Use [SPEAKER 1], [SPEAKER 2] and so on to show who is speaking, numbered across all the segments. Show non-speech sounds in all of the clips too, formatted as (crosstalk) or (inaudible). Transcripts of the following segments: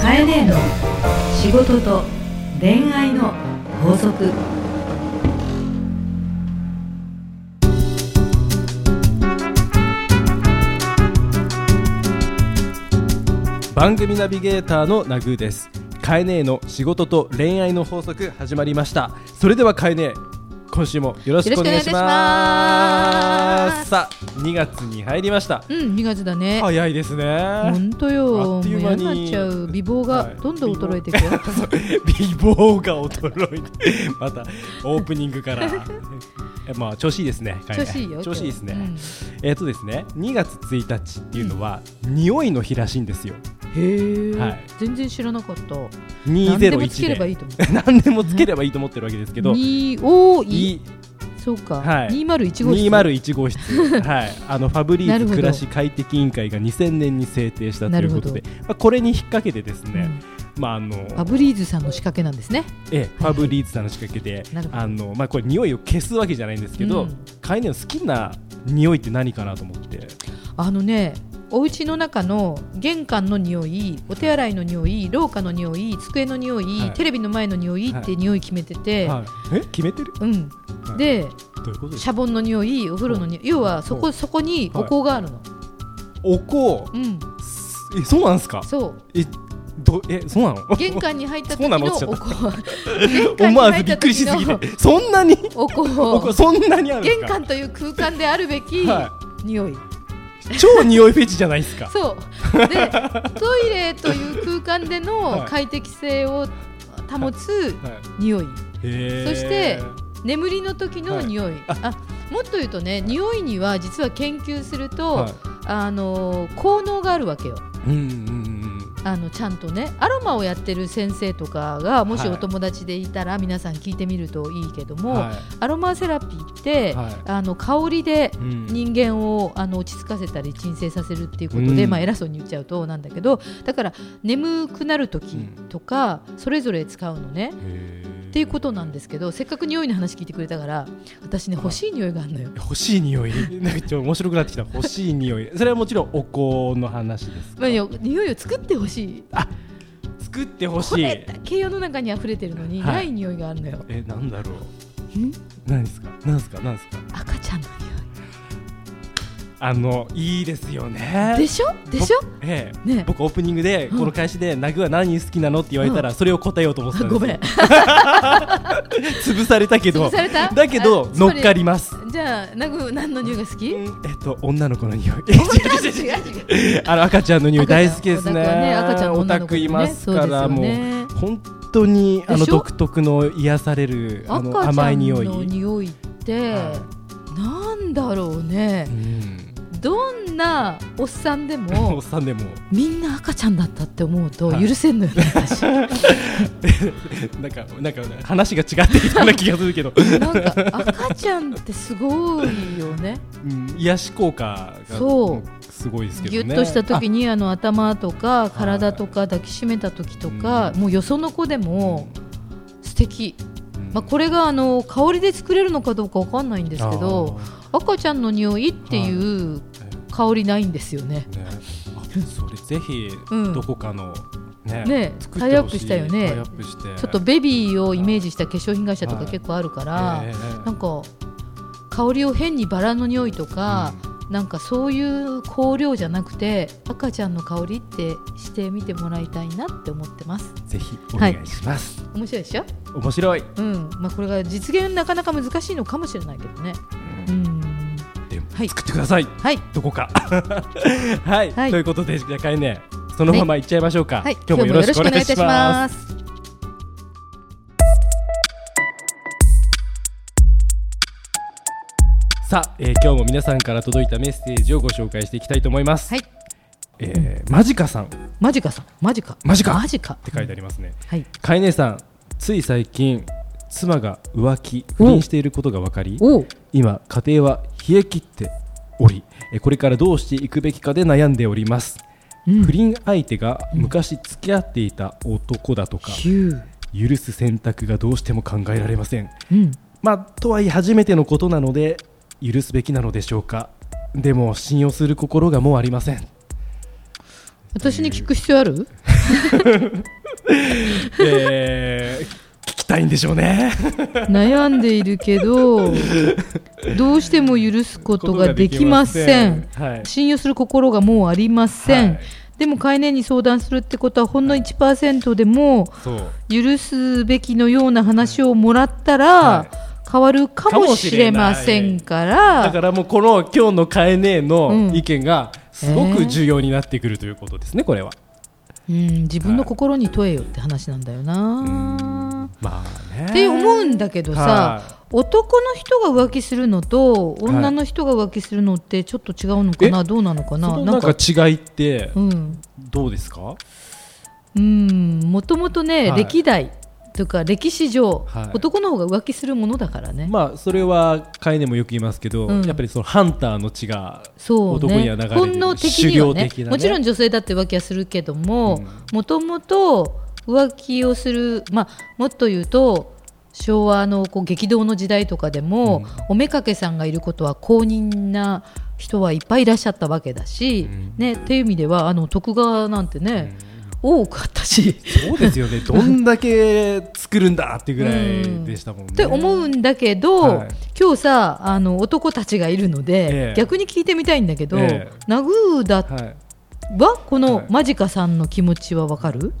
[SPEAKER 1] カエネの仕事と恋愛の法則
[SPEAKER 2] 番組ナビゲーターのナグーですカエネの仕事と恋愛の法則始まりましたそれではカエネ今週もよろしくお願いしますさあ2月に入りました
[SPEAKER 3] うん、2月だね。
[SPEAKER 2] 早いですね
[SPEAKER 3] 本当よ、
[SPEAKER 2] あ
[SPEAKER 3] も
[SPEAKER 2] っ
[SPEAKER 3] う
[SPEAKER 2] という
[SPEAKER 3] 嫌
[SPEAKER 2] 間に
[SPEAKER 3] になっちゃう美貌
[SPEAKER 2] は
[SPEAKER 3] が
[SPEAKER 2] い
[SPEAKER 3] どんどん衰えていくよ。
[SPEAKER 2] 美貌が衰えてまたオープニングからえまあ調子いいですねカエ
[SPEAKER 3] (laughs)
[SPEAKER 2] ネ
[SPEAKER 3] 調子いいよ。
[SPEAKER 2] 調子いいですね、
[SPEAKER 3] うん
[SPEAKER 2] えっ、とですね2月1日っていうのは、匂いの日らしいんですよ
[SPEAKER 3] へえ、
[SPEAKER 2] はい
[SPEAKER 3] 全然知らなかった。
[SPEAKER 2] 201
[SPEAKER 3] 何
[SPEAKER 2] で
[SPEAKER 3] でもつければいいと思う。
[SPEAKER 2] 何でも (laughs) つければいいと思ってるわけですけど、
[SPEAKER 3] 二お
[SPEAKER 2] い
[SPEAKER 3] い、
[SPEAKER 2] い
[SPEAKER 3] そうか。
[SPEAKER 2] はい
[SPEAKER 3] 201号室。
[SPEAKER 2] 201号室
[SPEAKER 3] (laughs)
[SPEAKER 2] はいあのファブリ
[SPEAKER 3] な
[SPEAKER 2] ー
[SPEAKER 3] る
[SPEAKER 2] ズ
[SPEAKER 3] ほど
[SPEAKER 2] 暮らし快適委員会が2000年に制定したということで、
[SPEAKER 3] な
[SPEAKER 2] まあ、これに引っ掛けてです
[SPEAKER 3] う
[SPEAKER 2] ね、
[SPEAKER 3] ん
[SPEAKER 2] まああの
[SPEAKER 3] ファブリーズさんの仕掛けなんですね。
[SPEAKER 2] ええファブリーズさんの仕掛けで、
[SPEAKER 3] (laughs) なるほど
[SPEAKER 2] あのまあこれ匂いを消すわけじゃないんですけど、
[SPEAKER 3] うん
[SPEAKER 2] 飼い犬の好きな匂いって何かなと思って
[SPEAKER 3] あのね、お家の中の玄関の匂い、お手洗いの匂い、廊下の匂い、机の匂い、
[SPEAKER 2] はい
[SPEAKER 3] テレビの前の匂いって匂い決めてて、
[SPEAKER 2] はい、え決めてる
[SPEAKER 3] うん。
[SPEAKER 2] はい
[SPEAKER 3] で、
[SPEAKER 2] どういうことです
[SPEAKER 3] シ
[SPEAKER 2] か
[SPEAKER 3] ャボンの匂い、お風呂の匂い、要はそこそこにお香があるの。
[SPEAKER 2] おこ
[SPEAKER 3] うん、
[SPEAKER 2] えそうなんですか
[SPEAKER 3] そう。
[SPEAKER 2] えどえそうなの
[SPEAKER 3] 玄関に入った
[SPEAKER 2] (laughs) そ
[SPEAKER 3] 時
[SPEAKER 2] うな
[SPEAKER 3] の
[SPEAKER 2] の
[SPEAKER 3] お香。
[SPEAKER 2] (laughs) 思わずびっくりしすぎてそんなに
[SPEAKER 3] お
[SPEAKER 2] おこ
[SPEAKER 3] 香。
[SPEAKER 2] そんなにあるんです
[SPEAKER 3] 玄
[SPEAKER 2] か
[SPEAKER 3] 関という空間であるべき
[SPEAKER 2] は
[SPEAKER 3] 匂い。
[SPEAKER 2] 超匂いフェチじゃないですか
[SPEAKER 3] (laughs) そう。で、トイレという空間での快適性を保つ
[SPEAKER 2] はい
[SPEAKER 3] 匂い。
[SPEAKER 2] へー
[SPEAKER 3] そして眠りの時の匂い。あ、もっと言うとね、匂いには実は研究すると
[SPEAKER 2] は、
[SPEAKER 3] あの効能があるわけよ。
[SPEAKER 2] い、うんうんうん
[SPEAKER 3] あのちゃんとねアロマをやってる先生とかがもしお友達でいたら、皆さん聞いてみるといいけど
[SPEAKER 2] うん
[SPEAKER 3] も、
[SPEAKER 2] は
[SPEAKER 3] アロマセラピーって、
[SPEAKER 2] はい
[SPEAKER 3] あの香りで
[SPEAKER 2] いうん
[SPEAKER 3] 人間をあの落ち着かせたり鎮静させるっていうことで、
[SPEAKER 2] うん
[SPEAKER 3] まあ、偉そうに言っちゃうとなんだけどだから眠くなる時とか、それぞれ使うのね。
[SPEAKER 2] へー
[SPEAKER 3] っていうことなんですけどせっかく匂いの話聞いてくれたから私ね欲しい匂いがあるのよ。
[SPEAKER 2] 欲しい匂い (laughs) なんかちょっと面白くなってきた欲しい匂いそれはもちろんお香の話です
[SPEAKER 3] まあ、よ匂いを作ってほしい
[SPEAKER 2] 作ってほ
[SPEAKER 3] こ
[SPEAKER 2] しい
[SPEAKER 3] れだけ世の中に溢れてるのに、
[SPEAKER 2] はい
[SPEAKER 3] ない匂いがあるのよ
[SPEAKER 2] えなんだろうん何ですか何ですか何ですか
[SPEAKER 3] 赤ちゃんの匂い
[SPEAKER 2] あのいいですよね
[SPEAKER 3] でしょでしょ
[SPEAKER 2] 僕ええ
[SPEAKER 3] ね
[SPEAKER 2] 僕オープニングで
[SPEAKER 3] うん
[SPEAKER 2] この開始で「ナグは何好きなの?」って言われたらそれを答えようと思ってたんです
[SPEAKER 3] ご
[SPEAKER 2] よ
[SPEAKER 3] めん
[SPEAKER 2] 潰されたけど
[SPEAKER 3] 潰された
[SPEAKER 2] だけど
[SPEAKER 3] あつ
[SPEAKER 2] 乗
[SPEAKER 3] ま
[SPEAKER 2] っ
[SPEAKER 3] り
[SPEAKER 2] かります
[SPEAKER 3] じゃあナグ何の匂いが好き
[SPEAKER 2] うんえっと女の子の匂
[SPEAKER 3] 違
[SPEAKER 2] い
[SPEAKER 3] う違う違う
[SPEAKER 2] (laughs) あの赤ちゃんの匂い大好きですね。
[SPEAKER 3] 赤ちゃんの
[SPEAKER 2] オ
[SPEAKER 3] 女
[SPEAKER 2] タ
[SPEAKER 3] の子
[SPEAKER 2] クい
[SPEAKER 3] ね
[SPEAKER 2] ますから、
[SPEAKER 3] そう
[SPEAKER 2] も
[SPEAKER 3] ですよ
[SPEAKER 2] う
[SPEAKER 3] ね
[SPEAKER 2] 本当にあの
[SPEAKER 3] でしょ
[SPEAKER 2] 独特の癒されるあ
[SPEAKER 3] 赤
[SPEAKER 2] の
[SPEAKER 3] ち
[SPEAKER 2] 甘
[SPEAKER 3] ゃ
[SPEAKER 2] い
[SPEAKER 3] ん
[SPEAKER 2] 匂い。
[SPEAKER 3] の匂いって、
[SPEAKER 2] は
[SPEAKER 3] なんだろうね
[SPEAKER 2] うん
[SPEAKER 3] どんなおっさんで
[SPEAKER 2] (laughs) お
[SPEAKER 3] も
[SPEAKER 2] っさんでも
[SPEAKER 3] みんな赤ちゃんだったって思うと
[SPEAKER 2] はい
[SPEAKER 3] 許せんのよね、私
[SPEAKER 2] (laughs) なんかなんか話が違ってきたような気がする
[SPEAKER 3] (laughs)
[SPEAKER 2] けど、
[SPEAKER 3] なんか赤ちゃんってすごいよね
[SPEAKER 2] うん、癒し効果が
[SPEAKER 3] そう
[SPEAKER 2] すごいですけど
[SPEAKER 3] ぎゅ
[SPEAKER 2] ね。
[SPEAKER 3] っとした時にあの頭とか体とか抱きしめた時とか、
[SPEAKER 2] うん
[SPEAKER 3] もうよその子で
[SPEAKER 2] あ
[SPEAKER 3] も素敵、
[SPEAKER 2] うん
[SPEAKER 3] まあ、これがあの香りで作れるのかどうかわかんないんですけど赤ちゃんの匂いっていう香りないんですよね。
[SPEAKER 2] あーねあそれぜひ
[SPEAKER 3] うん
[SPEAKER 2] どこかのね,、
[SPEAKER 3] ね
[SPEAKER 2] 作ってほしい
[SPEAKER 3] タイアップしたよね
[SPEAKER 2] タイアップして
[SPEAKER 3] ちょっとベビーをイメージした化粧品会社と
[SPEAKER 2] は
[SPEAKER 3] か
[SPEAKER 2] い
[SPEAKER 3] 結構あるから、
[SPEAKER 2] ええ
[SPEAKER 3] なんか香りを変にバラの匂いとか、なんかそういう香料じゃなくて赤ちゃんの香りってしてみてもらいたいなって思ってます
[SPEAKER 2] ぜひお願いします。
[SPEAKER 3] 面白いでしょ
[SPEAKER 2] 面白い。
[SPEAKER 3] うんまあ、これが実現なかなか難しいのかもしれないけどね。うん
[SPEAKER 2] でも、
[SPEAKER 3] はい
[SPEAKER 2] 作ってください。
[SPEAKER 3] はい
[SPEAKER 2] どこか。 (laughs) はい、
[SPEAKER 3] はい
[SPEAKER 2] ということで、じゃあ、かえね。そのままいっちゃいましょうか、
[SPEAKER 3] はい、
[SPEAKER 2] 今日もよろしくお願い
[SPEAKER 3] 今日
[SPEAKER 2] し
[SPEAKER 3] もよろくお願いい
[SPEAKER 2] ま
[SPEAKER 3] たします。
[SPEAKER 2] す。さあ、えー今日も皆さんから届いたメッセージをご紹介していきたいと思います。
[SPEAKER 3] はい、
[SPEAKER 2] えーマジカさんって
[SPEAKER 3] マジかさん、マジか、
[SPEAKER 2] マジか
[SPEAKER 3] マジかっ
[SPEAKER 2] 書いてあ
[SPEAKER 3] る。
[SPEAKER 2] りますね。
[SPEAKER 3] はい、
[SPEAKER 2] かえねさん、つい最近、妻が浮気、不
[SPEAKER 3] お
[SPEAKER 2] 倫していることが分かり。
[SPEAKER 3] おう、
[SPEAKER 2] 今家庭は冷え切っておりえこれからどうしていくべきかで悩んでおります、
[SPEAKER 3] うん
[SPEAKER 2] 不倫相手が昔付き合っていた男だとか、
[SPEAKER 3] ヒュー、
[SPEAKER 2] 許す選択がどうしても考えられません
[SPEAKER 3] うん、
[SPEAKER 2] まあとはいえ初めてのことなので許すべきなのでしょうかでも信用する心がもうありません
[SPEAKER 3] 私に聞く必要ある？
[SPEAKER 2] えー聞きたいんでしょうね。
[SPEAKER 3] 悩んでいるけどどうしても許すことができません
[SPEAKER 2] ことができませんはい
[SPEAKER 3] 信用する心がもうありません、
[SPEAKER 2] はい
[SPEAKER 3] でも概念に相談するってことはほんの1%でも
[SPEAKER 2] そう。
[SPEAKER 3] 許すべきのような話をもらったら、
[SPEAKER 2] は
[SPEAKER 3] 変わるかもしれませんから
[SPEAKER 2] だからもうこの今日のカエネの
[SPEAKER 3] うん
[SPEAKER 2] 意見がすごく重要になってくるということですね。これは。
[SPEAKER 3] うん、自分の心に問えよって話なんだよな、
[SPEAKER 2] まあね。
[SPEAKER 3] って思うんだけどさ、
[SPEAKER 2] は
[SPEAKER 3] 男の人が浮気するのと女の人が浮気するのってちょっと違うのかな、
[SPEAKER 2] え
[SPEAKER 3] どうなのか
[SPEAKER 2] そ
[SPEAKER 3] な
[SPEAKER 2] の
[SPEAKER 3] な
[SPEAKER 2] なんん
[SPEAKER 3] か
[SPEAKER 2] か違いって
[SPEAKER 3] うん
[SPEAKER 2] どうですか？
[SPEAKER 3] うんもともとね、
[SPEAKER 2] はい
[SPEAKER 3] 歴代とか歴史上、
[SPEAKER 2] はい
[SPEAKER 3] 男の方が浮気するものだからね、
[SPEAKER 2] まあそれはカエネもよく言いますけど、
[SPEAKER 3] うん
[SPEAKER 2] やっぱりそのハンターの血が
[SPEAKER 3] そう
[SPEAKER 2] 男に
[SPEAKER 3] ね
[SPEAKER 2] は流れてる
[SPEAKER 3] 本能的にはね
[SPEAKER 2] 狩猟的なね
[SPEAKER 3] もちろん女性だって浮気はするけどももともと浮気をする、まあ、もっと言うと昭和のこう激動の時代とかでも、おめかけさんがいることは公認な人はいっぱいいらっしゃったわけだし、
[SPEAKER 2] うん
[SPEAKER 3] ね、っていう意味ではあの徳川なんてね、多かった
[SPEAKER 2] (laughs)
[SPEAKER 3] し。
[SPEAKER 2] そうです
[SPEAKER 3] (laughs)
[SPEAKER 2] よね。どんだけ作るんだってぐらいでしたもんね。
[SPEAKER 3] って思うんだけど、
[SPEAKER 2] はい
[SPEAKER 3] 今日さあの男たちがいるので、
[SPEAKER 2] ええ
[SPEAKER 3] 逆に聞いてみたいんだけど、
[SPEAKER 2] ええ
[SPEAKER 3] ナグーダは
[SPEAKER 2] はい。
[SPEAKER 3] この、
[SPEAKER 2] はい
[SPEAKER 3] マジカさんの気持ちはわかる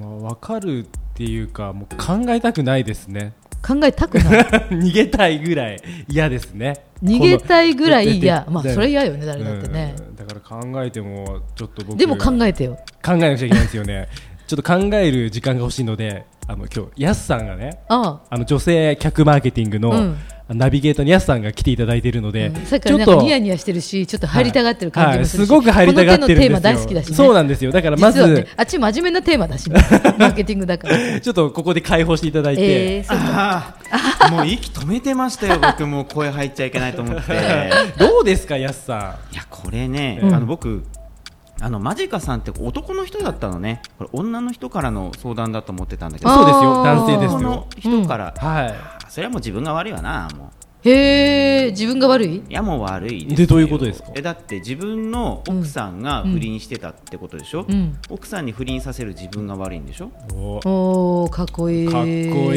[SPEAKER 2] まあわかるっていうかもう考えたくないですね。 (laughs)
[SPEAKER 3] 考えたくない
[SPEAKER 2] 逃げたいぐらい嫌ですね
[SPEAKER 3] 逃げたいぐらい
[SPEAKER 2] こ
[SPEAKER 3] 嫌
[SPEAKER 2] の
[SPEAKER 3] まあ
[SPEAKER 2] だよ
[SPEAKER 3] それ嫌よね誰だってね
[SPEAKER 2] う、んだから考えてもちょっと僕
[SPEAKER 3] でも考
[SPEAKER 2] 考
[SPEAKER 3] えてよ
[SPEAKER 2] えなくちゃいけないんですよねちょっと考える時間が欲しいのであの今日やすさんがね
[SPEAKER 3] あ
[SPEAKER 2] あの女性客マーケティング
[SPEAKER 3] う
[SPEAKER 2] の
[SPEAKER 3] ん
[SPEAKER 2] ナビゲーターにやすさんが来ていただいているの
[SPEAKER 3] あ、
[SPEAKER 2] で、
[SPEAKER 3] うんさっきからなんかニヤニヤしてるしちょっと入りたがってる感じもするし、
[SPEAKER 2] はいはいすごく入りたがってる
[SPEAKER 3] この手
[SPEAKER 2] んですよ
[SPEAKER 3] のテーマ大好きだし、ね、
[SPEAKER 2] そうなんですよだからま
[SPEAKER 3] 実はね
[SPEAKER 2] ず、
[SPEAKER 3] あっち真面目なテーマだし、
[SPEAKER 2] (laughs)
[SPEAKER 3] ね、マーケティングだから。
[SPEAKER 2] ちょっとここで解放していただいて、
[SPEAKER 3] えーそう
[SPEAKER 4] ああもう息止めてました
[SPEAKER 2] (laughs)
[SPEAKER 4] よ、僕もう声入っちゃいけないと思って。
[SPEAKER 2] どうですかやすさ
[SPEAKER 4] いや、これね、
[SPEAKER 3] うん
[SPEAKER 4] あの僕、あのマジカさんって男の人だったのね、これ女の人からの相談だと思ってたんだけ
[SPEAKER 2] ん
[SPEAKER 4] ど、
[SPEAKER 3] あ
[SPEAKER 2] そうですよ
[SPEAKER 3] あー
[SPEAKER 2] 男性です
[SPEAKER 4] 男の
[SPEAKER 2] よ
[SPEAKER 4] 人から、
[SPEAKER 2] は
[SPEAKER 4] あそれはもう自分が悪いわな、も。
[SPEAKER 3] へえ、自分が悪いう
[SPEAKER 4] いや、もう悪い
[SPEAKER 2] でどういうことですか
[SPEAKER 4] えだって自分の奥さんが不倫してたってことでしょ、
[SPEAKER 3] うん
[SPEAKER 4] 奥さんに不倫させる自分が悪いんでしょ、
[SPEAKER 2] いお
[SPEAKER 3] おお、かっこいい。
[SPEAKER 2] かっこい
[SPEAKER 4] いや、もう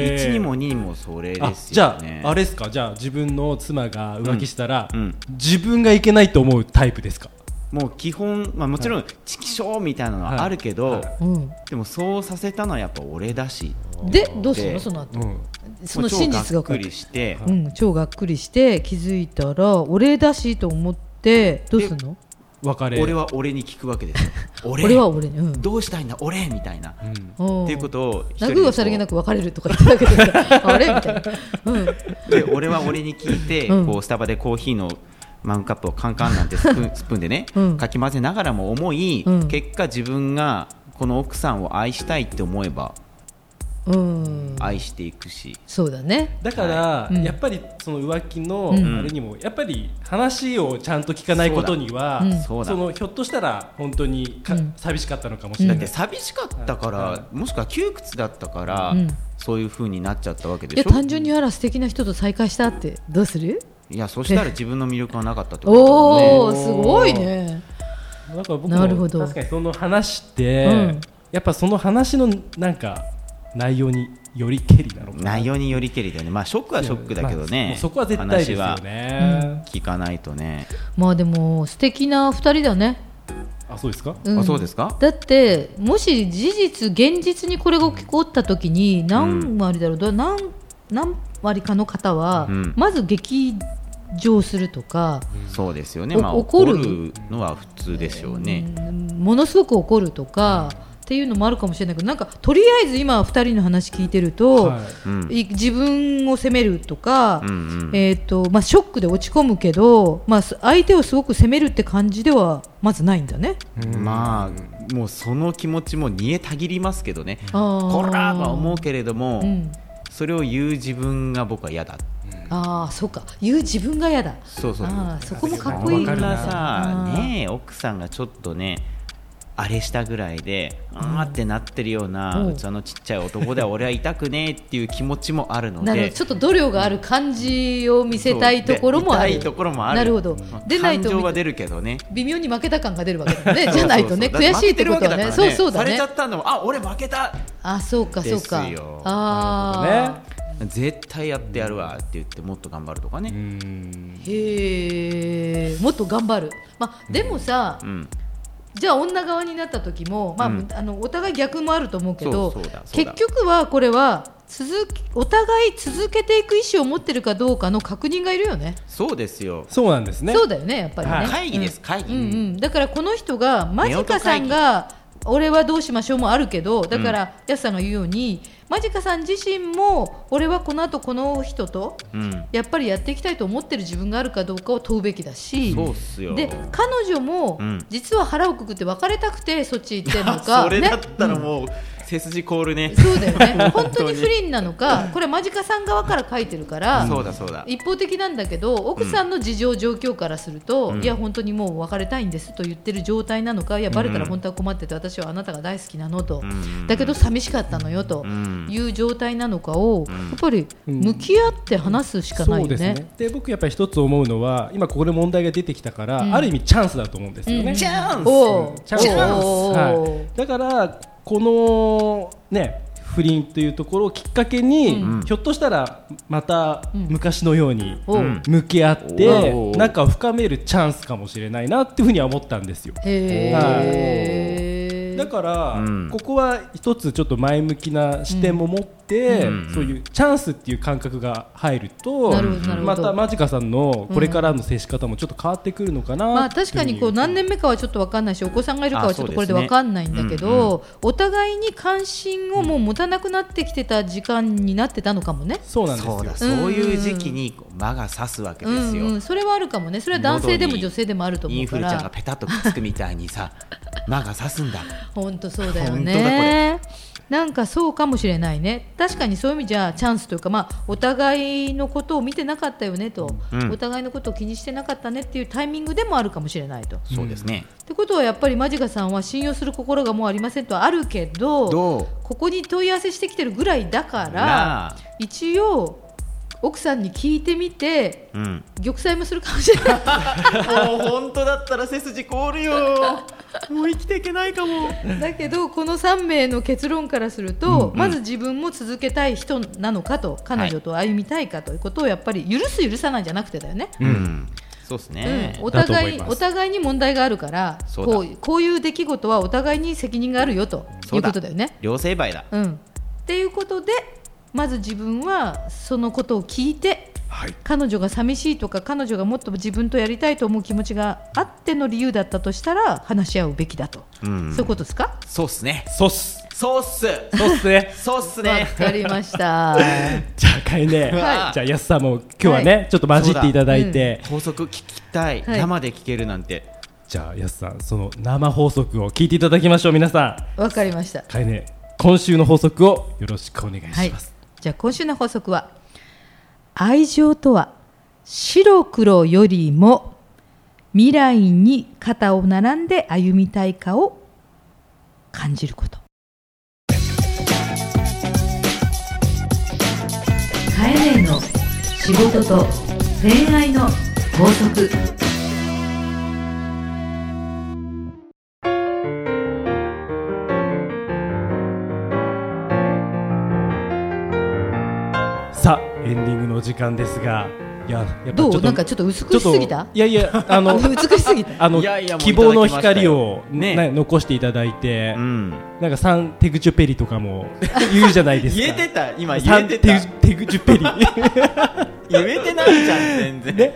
[SPEAKER 2] えー
[SPEAKER 4] 1にも2にもそれ
[SPEAKER 2] あ
[SPEAKER 4] です
[SPEAKER 2] じ
[SPEAKER 4] よ
[SPEAKER 2] ゃ
[SPEAKER 4] ね。
[SPEAKER 2] ああれですかじゃあ自分の妻が浮気したら、
[SPEAKER 4] うんうん
[SPEAKER 2] 自分がいけないと思うタイプですか
[SPEAKER 4] もう基本、まあ、もちろん、チキショーみたいなのはあるけど、
[SPEAKER 2] はいは
[SPEAKER 3] うん。
[SPEAKER 4] でもそうさせたのはやっぱ俺だし、
[SPEAKER 3] で、どうするの
[SPEAKER 4] で
[SPEAKER 3] その後。
[SPEAKER 2] うん
[SPEAKER 3] その真実
[SPEAKER 4] も
[SPEAKER 3] が
[SPEAKER 4] う超がっくり
[SPEAKER 3] し
[SPEAKER 4] して、
[SPEAKER 3] うん、超がっくりして気づいたら、お礼だしと思って、どうすんの
[SPEAKER 2] 別れ
[SPEAKER 4] 俺は俺に聞くわけですよ俺
[SPEAKER 3] (laughs) 俺は俺に。うん。
[SPEAKER 4] どうしたいんだ俺みたいな、っ
[SPEAKER 3] おー
[SPEAKER 4] ていうことを一人
[SPEAKER 3] ナ
[SPEAKER 4] で
[SPEAKER 3] グーはさりげなく別れるとか言ってたけど
[SPEAKER 4] (laughs)
[SPEAKER 3] さあれみたいな。うん。
[SPEAKER 4] で俺は俺に聞いて、
[SPEAKER 3] うん
[SPEAKER 4] こうスタバでコーヒーのマグカップをカンカンなんてスプ
[SPEAKER 3] (laughs)
[SPEAKER 4] ーンスプーンでね、
[SPEAKER 3] うん
[SPEAKER 4] かき混ぜながらも思い、
[SPEAKER 3] うん
[SPEAKER 4] 結果自分がこの奥さんを愛したいって思えば
[SPEAKER 3] うん。
[SPEAKER 4] 愛していくし、
[SPEAKER 3] そうだね。
[SPEAKER 2] だから、
[SPEAKER 3] いうん
[SPEAKER 2] やっぱりその浮気の
[SPEAKER 3] うん
[SPEAKER 2] あれにも、やっぱり話をちゃんと聞かないことには、
[SPEAKER 3] そうだ
[SPEAKER 4] うんそうだ
[SPEAKER 2] そのひょっとしたら本当にか、
[SPEAKER 3] うん
[SPEAKER 2] 寂しかったのかもしれ
[SPEAKER 4] だっ
[SPEAKER 2] な
[SPEAKER 4] て
[SPEAKER 2] い、
[SPEAKER 4] 寂しかったから、もしくは窮屈だったから、
[SPEAKER 3] うん
[SPEAKER 4] そういう風になっちゃったわけで
[SPEAKER 3] いや、
[SPEAKER 4] しょ
[SPEAKER 3] 単純にあら素敵な人と再会したって、どうする
[SPEAKER 4] いやそしたら自分の魅力はなかったってことだもんね
[SPEAKER 3] おお、すごいね。
[SPEAKER 2] だから僕
[SPEAKER 3] なるほど
[SPEAKER 2] も確かにその話って、
[SPEAKER 3] うん
[SPEAKER 2] やっぱその話のなんか内容によりけりなのかな
[SPEAKER 4] 内容によりけりだよね、まあ、ショックはショックだけどね、
[SPEAKER 2] まあもうそこは絶対ですよ
[SPEAKER 4] 話は
[SPEAKER 2] ね、
[SPEAKER 4] 聞かないとね、
[SPEAKER 3] まあでも素敵な二人だね、
[SPEAKER 2] あそうですか
[SPEAKER 3] ん
[SPEAKER 4] あそうですか
[SPEAKER 3] だってもし事実現実にこれが起こった時に何割だろう、どう何何割かの方は、
[SPEAKER 4] うん
[SPEAKER 3] まず激情するとか、
[SPEAKER 4] そうですよね、
[SPEAKER 3] お
[SPEAKER 4] まあ、
[SPEAKER 3] 怒
[SPEAKER 4] 怒
[SPEAKER 3] る
[SPEAKER 4] るのは普通ですよね、
[SPEAKER 3] うんものすごく怒るとか、っていうのもあるかもしれないけどなんかとりあえず今二人の話聞いてると、
[SPEAKER 2] はい
[SPEAKER 4] うん
[SPEAKER 3] い自分を責めるとか、
[SPEAKER 4] うんうん
[SPEAKER 3] えーとまあ、ショックで落ち込むけど、まあ、す相手をすごく責めるって感じではまずないんだね。
[SPEAKER 4] まあ、もうその気持ちも煮えたぎりますけどね、
[SPEAKER 3] こ
[SPEAKER 4] こらーは思うけれども、
[SPEAKER 3] うん、
[SPEAKER 4] それを言う自分が僕は嫌だ、
[SPEAKER 3] ああそうか言う自分が嫌だ
[SPEAKER 4] そうそうそう
[SPEAKER 3] ああそこもかっ
[SPEAKER 2] か
[SPEAKER 3] こ
[SPEAKER 2] っ
[SPEAKER 3] い
[SPEAKER 2] こ
[SPEAKER 3] い
[SPEAKER 2] いい
[SPEAKER 4] こん
[SPEAKER 2] な
[SPEAKER 4] なさ
[SPEAKER 3] あー
[SPEAKER 4] ねえ奥さんがちょっとねあれしたぐらいであーってなってるよう
[SPEAKER 3] う
[SPEAKER 4] なん器のちっちゃい男では俺は痛くねえっていう気持ちもあるの
[SPEAKER 3] なるほ
[SPEAKER 4] で
[SPEAKER 3] どちょっと度量がある感じを見せたいところもある
[SPEAKER 4] そうで痛いところもある
[SPEAKER 3] なるほど
[SPEAKER 4] まあ
[SPEAKER 3] 出ないと
[SPEAKER 4] 感情は出るけどね
[SPEAKER 3] 微妙に負けた感が出るわけだねじゃないとね悔しいってことはね
[SPEAKER 4] そ
[SPEAKER 3] そうう
[SPEAKER 4] そ
[SPEAKER 3] そううだ
[SPEAKER 4] だって負けてるわけだからねされちゃ
[SPEAKER 3] ね
[SPEAKER 4] ったのもあ俺負けた
[SPEAKER 3] あそうかそうか
[SPEAKER 4] ですよ
[SPEAKER 3] ああ、
[SPEAKER 4] 絶対やってやるわって言ってもっと頑張るとかね、
[SPEAKER 3] へえもっと頑張るまあでもさ、
[SPEAKER 4] うん
[SPEAKER 3] じゃあ女側になった時も、まあ
[SPEAKER 4] うん
[SPEAKER 3] あのお互い逆もあると思うけど
[SPEAKER 4] そうそうだそうだ
[SPEAKER 3] 結局はこれは続きお互い続けていく意思を持ってるかどうかの確認がいるよね。
[SPEAKER 4] そうですよ、
[SPEAKER 2] そうなんですね
[SPEAKER 3] そうだよねやっぱりね、
[SPEAKER 2] はい
[SPEAKER 4] 会議です、会
[SPEAKER 3] う
[SPEAKER 4] 議、
[SPEAKER 3] んうん、だからこの人がマジカさんが俺はどうしましょうもあるけどだからやすさんが言うように、マジカさん自身も俺はこの後この人と
[SPEAKER 4] うん
[SPEAKER 3] やっぱりやっていきたいと思ってる自分があるかどうかを問うべきだし
[SPEAKER 4] そうっすよ
[SPEAKER 3] で彼女も
[SPEAKER 4] うん
[SPEAKER 3] 実は腹をくくって別れたくてそっち行ってるのか
[SPEAKER 4] (laughs) (laughs) それだっ
[SPEAKER 3] ね
[SPEAKER 4] たらもう背筋凍るね、
[SPEAKER 3] そうだよ
[SPEAKER 4] (laughs)
[SPEAKER 3] ね本当
[SPEAKER 4] 当に
[SPEAKER 3] に不倫なのかこれマジカさん側から書いてるから
[SPEAKER 4] そうだそうだ
[SPEAKER 3] 一方的なんだけど奥さんの事情状況からすると、いや本当にもう別れたいんですと言ってる状態なのかいやバレたら本当は困ってて私はあなたが大好きなのと、
[SPEAKER 4] ん
[SPEAKER 3] だけど寂しかったのよと
[SPEAKER 4] ん
[SPEAKER 3] いう状態なのかを、やっぱり
[SPEAKER 2] うん
[SPEAKER 3] 向き合って話すしかない
[SPEAKER 2] そう
[SPEAKER 3] よ
[SPEAKER 2] ですね
[SPEAKER 3] ね。
[SPEAKER 2] で僕やっぱり一つ思うのは今ここで問題が出てきたから、
[SPEAKER 3] うん
[SPEAKER 2] ある意味チャンスだと思うんですよね、
[SPEAKER 3] うん
[SPEAKER 4] チャンス
[SPEAKER 3] おう
[SPEAKER 2] チャンス
[SPEAKER 3] おうおうおう
[SPEAKER 2] はい、だからこのね不倫というところをきっかけに、
[SPEAKER 4] うん
[SPEAKER 2] ひょっとしたらまた昔のように
[SPEAKER 3] おう
[SPEAKER 4] うん
[SPEAKER 2] 向き合って、
[SPEAKER 4] おう
[SPEAKER 2] 仲を深めるチャンスかもしれないなっていうふうには思ったんですよ
[SPEAKER 3] へー
[SPEAKER 2] だから、
[SPEAKER 4] うん
[SPEAKER 2] ここは一つちょっと前向きな視点も持って、
[SPEAKER 4] うん
[SPEAKER 2] そういうチャンスっていう感覚が入ると
[SPEAKER 3] なるほどなるほど
[SPEAKER 2] またマジカさんのこれからの接し方もちょっと変わってくるのかな、
[SPEAKER 3] まあ確かにこう何年目かはちょっと分かんないしお子さんがいるかはちょっとこれで分かんないんだけ
[SPEAKER 4] あそうですね
[SPEAKER 3] ど、お互いに関心をもう持たなくなってきてた時間になってたのかもね。
[SPEAKER 2] そうなんですよ
[SPEAKER 4] そうだそういう時期にこう間が差すわけ
[SPEAKER 3] う
[SPEAKER 4] ですよ、
[SPEAKER 3] んうん、それはあるかもねそれは男性でも
[SPEAKER 4] 喉に
[SPEAKER 3] 女性でもあると
[SPEAKER 4] イ
[SPEAKER 3] 思
[SPEAKER 4] ン
[SPEAKER 3] う
[SPEAKER 4] フ
[SPEAKER 3] か
[SPEAKER 4] ルちゃんが
[SPEAKER 3] ら
[SPEAKER 4] ペタッとくっつくみたいにさ間が差すんだ
[SPEAKER 3] 本当そうだよ
[SPEAKER 4] 本当だこ
[SPEAKER 3] ねなんかそうかもしれないね確かにそういう意味じゃチャンスというか、まあ、お互いのことを見てなかったよねと、
[SPEAKER 4] うん
[SPEAKER 3] お互いのことを気にしてなかったねっていうタイミングでもあるかもしれないと。
[SPEAKER 4] そうですね、
[SPEAKER 3] ってことはやっぱりマジカさんは信用する心がもうありませんとはあるけど
[SPEAKER 4] どう
[SPEAKER 3] ここに問い合わせしてきてるぐらいだから
[SPEAKER 4] なあ
[SPEAKER 3] 一応奥さんに聞いてみて
[SPEAKER 4] うん、
[SPEAKER 3] 玉砕もするかもしれない
[SPEAKER 4] もう本当だったら背筋凍るよもう生きていけないかも (laughs)
[SPEAKER 3] だけどこの3名の結論からすると、まず自分も続けたい人なのかと彼女と歩みたいかということをやっぱり許す許さないじゃなくてだよね。
[SPEAKER 4] うんそうですね、
[SPEAKER 3] うん、お
[SPEAKER 2] だと思
[SPEAKER 3] 互
[SPEAKER 2] い
[SPEAKER 3] い
[SPEAKER 2] ます
[SPEAKER 3] お互いに問題があるから
[SPEAKER 4] そうだ
[SPEAKER 3] こうこういう出来事はお互いに責任があるよと
[SPEAKER 4] そ
[SPEAKER 3] いうう
[SPEAKER 4] だ
[SPEAKER 3] ことだよね。
[SPEAKER 4] 両成敗だ
[SPEAKER 3] うん、っていうことでまず自分はそのことを聞いて
[SPEAKER 4] はい
[SPEAKER 3] 彼女が寂しいとか彼女がもっと自分とやりたいと思う気持ちがあっての理由だったとしたら話し合うべきだと、
[SPEAKER 4] うん
[SPEAKER 3] そういうことですか
[SPEAKER 4] そうっすね
[SPEAKER 2] そうっす
[SPEAKER 4] そうっす
[SPEAKER 2] そうっすね (laughs)
[SPEAKER 4] そうっす
[SPEAKER 3] わ
[SPEAKER 4] ね
[SPEAKER 3] かりました
[SPEAKER 2] じゃあかいね、
[SPEAKER 4] はい
[SPEAKER 2] じゃあやすさんも今日はね、
[SPEAKER 3] は
[SPEAKER 2] ちょっと混じっていただいて、
[SPEAKER 4] 法則聞きたい
[SPEAKER 3] はい
[SPEAKER 4] 生で聞けるなんて
[SPEAKER 2] じゃあやすさんその生法則を聞いていただきましょう皆さ
[SPEAKER 3] わかりました
[SPEAKER 2] んかいね今週の法則をよろしくお願いします、
[SPEAKER 3] はい、じゃあ今週の法則は愛情とは白黒よりも未来に肩を並んで歩みたいかを感じること
[SPEAKER 1] カエネの仕事と恋愛の法則
[SPEAKER 2] さあエンディングのお時間ですがいややっぱ
[SPEAKER 3] ど
[SPEAKER 2] ち
[SPEAKER 3] う
[SPEAKER 2] ょっと
[SPEAKER 3] なんかちょっと薄くしすぎた
[SPEAKER 2] ちょっといやいや
[SPEAKER 3] (laughs)
[SPEAKER 2] あの
[SPEAKER 3] 美しすぎた
[SPEAKER 2] (laughs) あの
[SPEAKER 4] いやいやもう
[SPEAKER 2] 希望の光を、
[SPEAKER 4] いただきましたよ
[SPEAKER 2] ね、残していただいて、
[SPEAKER 4] うん
[SPEAKER 2] なんかサンテグチュペリとか
[SPEAKER 4] (laughs)
[SPEAKER 2] も言うじゃないですか
[SPEAKER 4] 言えてた今
[SPEAKER 2] サ
[SPEAKER 4] 言
[SPEAKER 2] ン
[SPEAKER 4] えて
[SPEAKER 2] テ
[SPEAKER 4] た
[SPEAKER 2] グテグチュペリ
[SPEAKER 4] 言えてないじゃん全 (laughs) 然
[SPEAKER 2] ね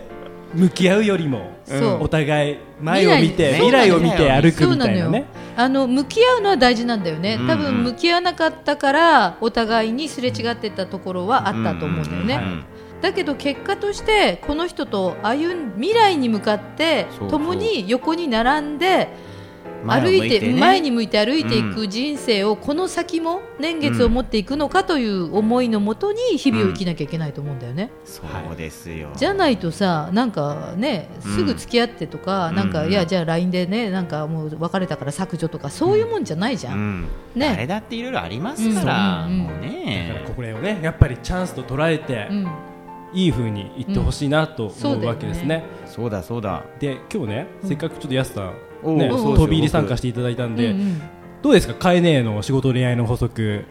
[SPEAKER 2] 向き合うよりも
[SPEAKER 3] そう
[SPEAKER 2] お互い前を見て
[SPEAKER 4] 未
[SPEAKER 2] 未
[SPEAKER 4] 来
[SPEAKER 2] 来
[SPEAKER 4] に
[SPEAKER 2] を見て歩くみたいなね
[SPEAKER 3] あの向き合うのは大事なんだよね、
[SPEAKER 4] うん
[SPEAKER 3] 多分向き合わなかったからお互いにすれ違ってたところはあったと思うんだよね、
[SPEAKER 4] んん
[SPEAKER 3] だけど結果としてこの人と歩ん未来に向かって
[SPEAKER 4] そう
[SPEAKER 3] 共に横に並んで
[SPEAKER 4] 前前を向
[SPEAKER 3] 歩い
[SPEAKER 4] いて
[SPEAKER 3] て
[SPEAKER 4] ね
[SPEAKER 3] 前に向いて歩いてい
[SPEAKER 4] うん
[SPEAKER 3] く人生をこの先も年月を持っていくのかという思いのもとに日々を生きなきゃいけないと思うんだよね。
[SPEAKER 4] そうですよ、
[SPEAKER 3] じゃないとさなんかねすぐ付き合ってとか、
[SPEAKER 4] うん
[SPEAKER 3] なんか
[SPEAKER 4] うん
[SPEAKER 3] いやじゃあ LINE でねなんかもう別れたから削除とかそういうもんじゃないじゃ。
[SPEAKER 4] うんん
[SPEAKER 3] ね
[SPEAKER 4] 誰だっていろいろありますから、
[SPEAKER 3] うん
[SPEAKER 4] もう
[SPEAKER 2] だから
[SPEAKER 4] ね
[SPEAKER 2] これをねやっぱりチャンスと捉えて、
[SPEAKER 3] うん
[SPEAKER 2] いい風に言ってほしいなと
[SPEAKER 3] そう
[SPEAKER 2] 思
[SPEAKER 3] だ
[SPEAKER 2] う
[SPEAKER 3] よ
[SPEAKER 2] わけですね。
[SPEAKER 4] そうだそうだ
[SPEAKER 2] で今日ね、せっかくちょっとやすさ
[SPEAKER 4] お
[SPEAKER 2] ん、
[SPEAKER 4] う
[SPEAKER 2] ね、
[SPEAKER 4] そうですよ
[SPEAKER 2] 飛び入り参加していただいたんで、
[SPEAKER 3] うんうん
[SPEAKER 2] どうですか、カエネの仕事恋愛の法則、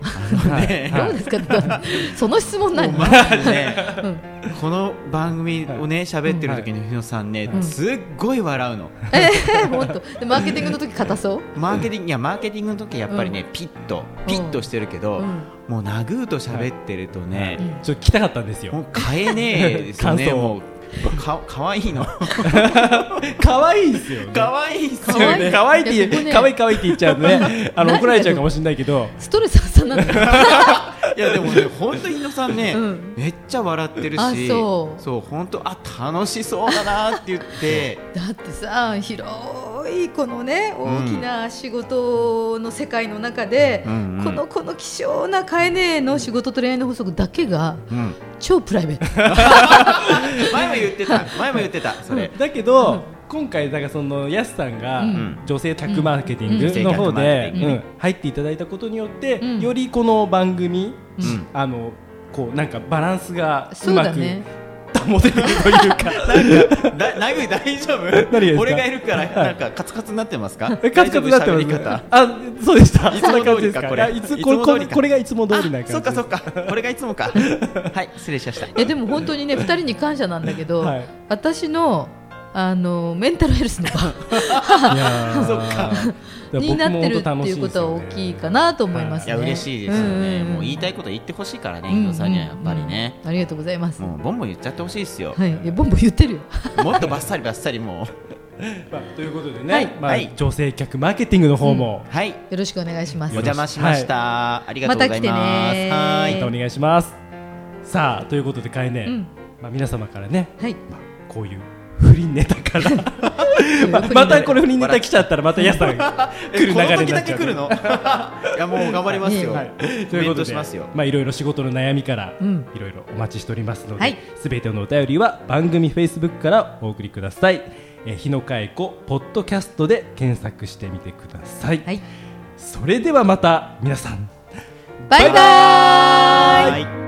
[SPEAKER 4] ね
[SPEAKER 3] どうですか、 (laughs) その質問何、
[SPEAKER 4] まずね
[SPEAKER 3] うん
[SPEAKER 4] この番組をね喋ってる時に日野さんね、
[SPEAKER 3] ん
[SPEAKER 4] すっごい笑うの
[SPEAKER 3] え (laughs) ー、本当でマーケティングの時硬そう
[SPEAKER 4] マーケティングいやマーケティングの時やっぱりね、ピッとピッとしてるけど、
[SPEAKER 3] うん
[SPEAKER 4] もうナグーと喋ってるとね、
[SPEAKER 2] ちょっと聞きたかったんです
[SPEAKER 4] も
[SPEAKER 2] よ、
[SPEAKER 4] う買えねえですよね
[SPEAKER 2] 感想
[SPEAKER 4] もうか可愛いの
[SPEAKER 2] 可愛いですよね、
[SPEAKER 4] 可愛いっす
[SPEAKER 2] そう
[SPEAKER 4] よ
[SPEAKER 3] 可愛い
[SPEAKER 2] ね可愛いって言
[SPEAKER 3] いやここ
[SPEAKER 2] う
[SPEAKER 3] ね
[SPEAKER 2] 可愛い可愛いって言っちゃうと
[SPEAKER 3] (laughs)
[SPEAKER 2] ね、あの
[SPEAKER 3] なんだ
[SPEAKER 2] 怒られちゃうかもしれないけど、
[SPEAKER 3] ストレス発散なんだ
[SPEAKER 4] いやでもね本当に日野さんね、
[SPEAKER 3] うん
[SPEAKER 4] めっちゃ笑ってる
[SPEAKER 3] あ
[SPEAKER 4] し
[SPEAKER 3] そう
[SPEAKER 4] 本当あ楽しそうだなって言
[SPEAKER 3] (laughs)
[SPEAKER 4] って
[SPEAKER 3] だってさ広いこのね大きな仕事の世界の中で、
[SPEAKER 4] うんうん
[SPEAKER 3] このこの希少なカエネの仕事と恋愛の法則だけが
[SPEAKER 4] (laughs) うん
[SPEAKER 3] 超プライベート、
[SPEAKER 4] 前も言っ
[SPEAKER 3] (laughs)
[SPEAKER 4] てた前も言ってたそれ、
[SPEAKER 2] だけど、今回、だからそのやすさんが、
[SPEAKER 4] ん
[SPEAKER 2] 女性宅マーケティングの方で、
[SPEAKER 4] うん
[SPEAKER 2] うん入っていただいたことによって、
[SPEAKER 3] うん
[SPEAKER 2] よりこの番組、
[SPEAKER 4] ん
[SPEAKER 2] あのこうなんかバランスがう
[SPEAKER 3] そう
[SPEAKER 2] ま
[SPEAKER 3] だ
[SPEAKER 2] く
[SPEAKER 3] ね
[SPEAKER 2] 保てるというか。
[SPEAKER 4] だナグ
[SPEAKER 2] (laughs)
[SPEAKER 4] 大丈夫
[SPEAKER 2] がですか
[SPEAKER 4] 俺がいるからなんかカツカツになってますか
[SPEAKER 2] えカツカツになってます
[SPEAKER 4] 大丈夫喋り方
[SPEAKER 2] あ、そうでした。
[SPEAKER 4] いつも通りか
[SPEAKER 2] そんな感じです
[SPEAKER 4] これ
[SPEAKER 2] あいつ
[SPEAKER 4] いつ
[SPEAKER 2] これ
[SPEAKER 4] も
[SPEAKER 2] こ
[SPEAKER 4] 通
[SPEAKER 2] れ
[SPEAKER 4] りか
[SPEAKER 2] これがいつも通りな感
[SPEAKER 4] あ
[SPEAKER 2] じ。
[SPEAKER 4] そっかそっかこれがいつ
[SPEAKER 2] (laughs)
[SPEAKER 4] もかはい失礼しました
[SPEAKER 3] いやでも本当にね二人に感謝なんだけど、
[SPEAKER 2] はい
[SPEAKER 3] 私のあのメンタルヘルスの場
[SPEAKER 2] いやー
[SPEAKER 4] そっか
[SPEAKER 2] 僕も
[SPEAKER 3] (laughs) になってるって
[SPEAKER 2] 本当楽
[SPEAKER 3] い
[SPEAKER 2] し
[SPEAKER 3] う
[SPEAKER 2] で
[SPEAKER 3] こ
[SPEAKER 2] すよ
[SPEAKER 3] と
[SPEAKER 2] ね
[SPEAKER 3] は大きいかなと思いま
[SPEAKER 2] は
[SPEAKER 3] す
[SPEAKER 4] い
[SPEAKER 3] ね。
[SPEAKER 4] や嬉しいですよね、
[SPEAKER 3] んんん
[SPEAKER 4] もう言いたいこと言ってほしいからね、伊藤さんにはやっぱり
[SPEAKER 3] うん
[SPEAKER 4] ね
[SPEAKER 3] う、んありがとうございます。
[SPEAKER 4] もうボンボン言っちゃってほしいですよ、
[SPEAKER 3] はい、えボンボン言ってるよ。
[SPEAKER 4] もっとバッサリバッサリも
[SPEAKER 2] まあということで
[SPEAKER 4] は
[SPEAKER 2] ね
[SPEAKER 4] い、
[SPEAKER 2] ま
[SPEAKER 4] は
[SPEAKER 2] あ
[SPEAKER 4] い
[SPEAKER 2] 女性客マーケティングの方も
[SPEAKER 4] う、はい、
[SPEAKER 3] よろしくお願いしま
[SPEAKER 4] お
[SPEAKER 3] す。
[SPEAKER 4] 邪魔しました、ありがとうございます。
[SPEAKER 3] また来てね
[SPEAKER 4] は
[SPEAKER 2] ま
[SPEAKER 4] い
[SPEAKER 2] たお願いします。さあということでかえね
[SPEAKER 3] うん、
[SPEAKER 2] まあ皆様からね、 (laughs)
[SPEAKER 3] はい。
[SPEAKER 2] まあこういう不倫ネタ
[SPEAKER 3] (laughs)
[SPEAKER 2] から、まあ (laughs) またこれ不倫ネタ来ちゃったらまたやすさんが来る流れになっちゃう。
[SPEAKER 4] この時 (laughs) だけ来るのいやもう頑張りますよ、
[SPEAKER 2] はい、 (laughs) という
[SPEAKER 4] コメ
[SPEAKER 2] こ
[SPEAKER 4] ン
[SPEAKER 2] と
[SPEAKER 4] ト
[SPEAKER 2] で
[SPEAKER 4] しますよ
[SPEAKER 2] まあいろいろ仕事の悩みから、
[SPEAKER 3] うん
[SPEAKER 2] いろいろお待ちしておりますの
[SPEAKER 3] は
[SPEAKER 2] で
[SPEAKER 3] い、
[SPEAKER 2] す、べ、てのお便りは番組フェイスブックからお送りください。えー日野佳恵子ポッドキャストで検索してみてください。
[SPEAKER 3] はい。
[SPEAKER 2] それではまた皆さん。
[SPEAKER 3] バイバーイ。
[SPEAKER 4] はい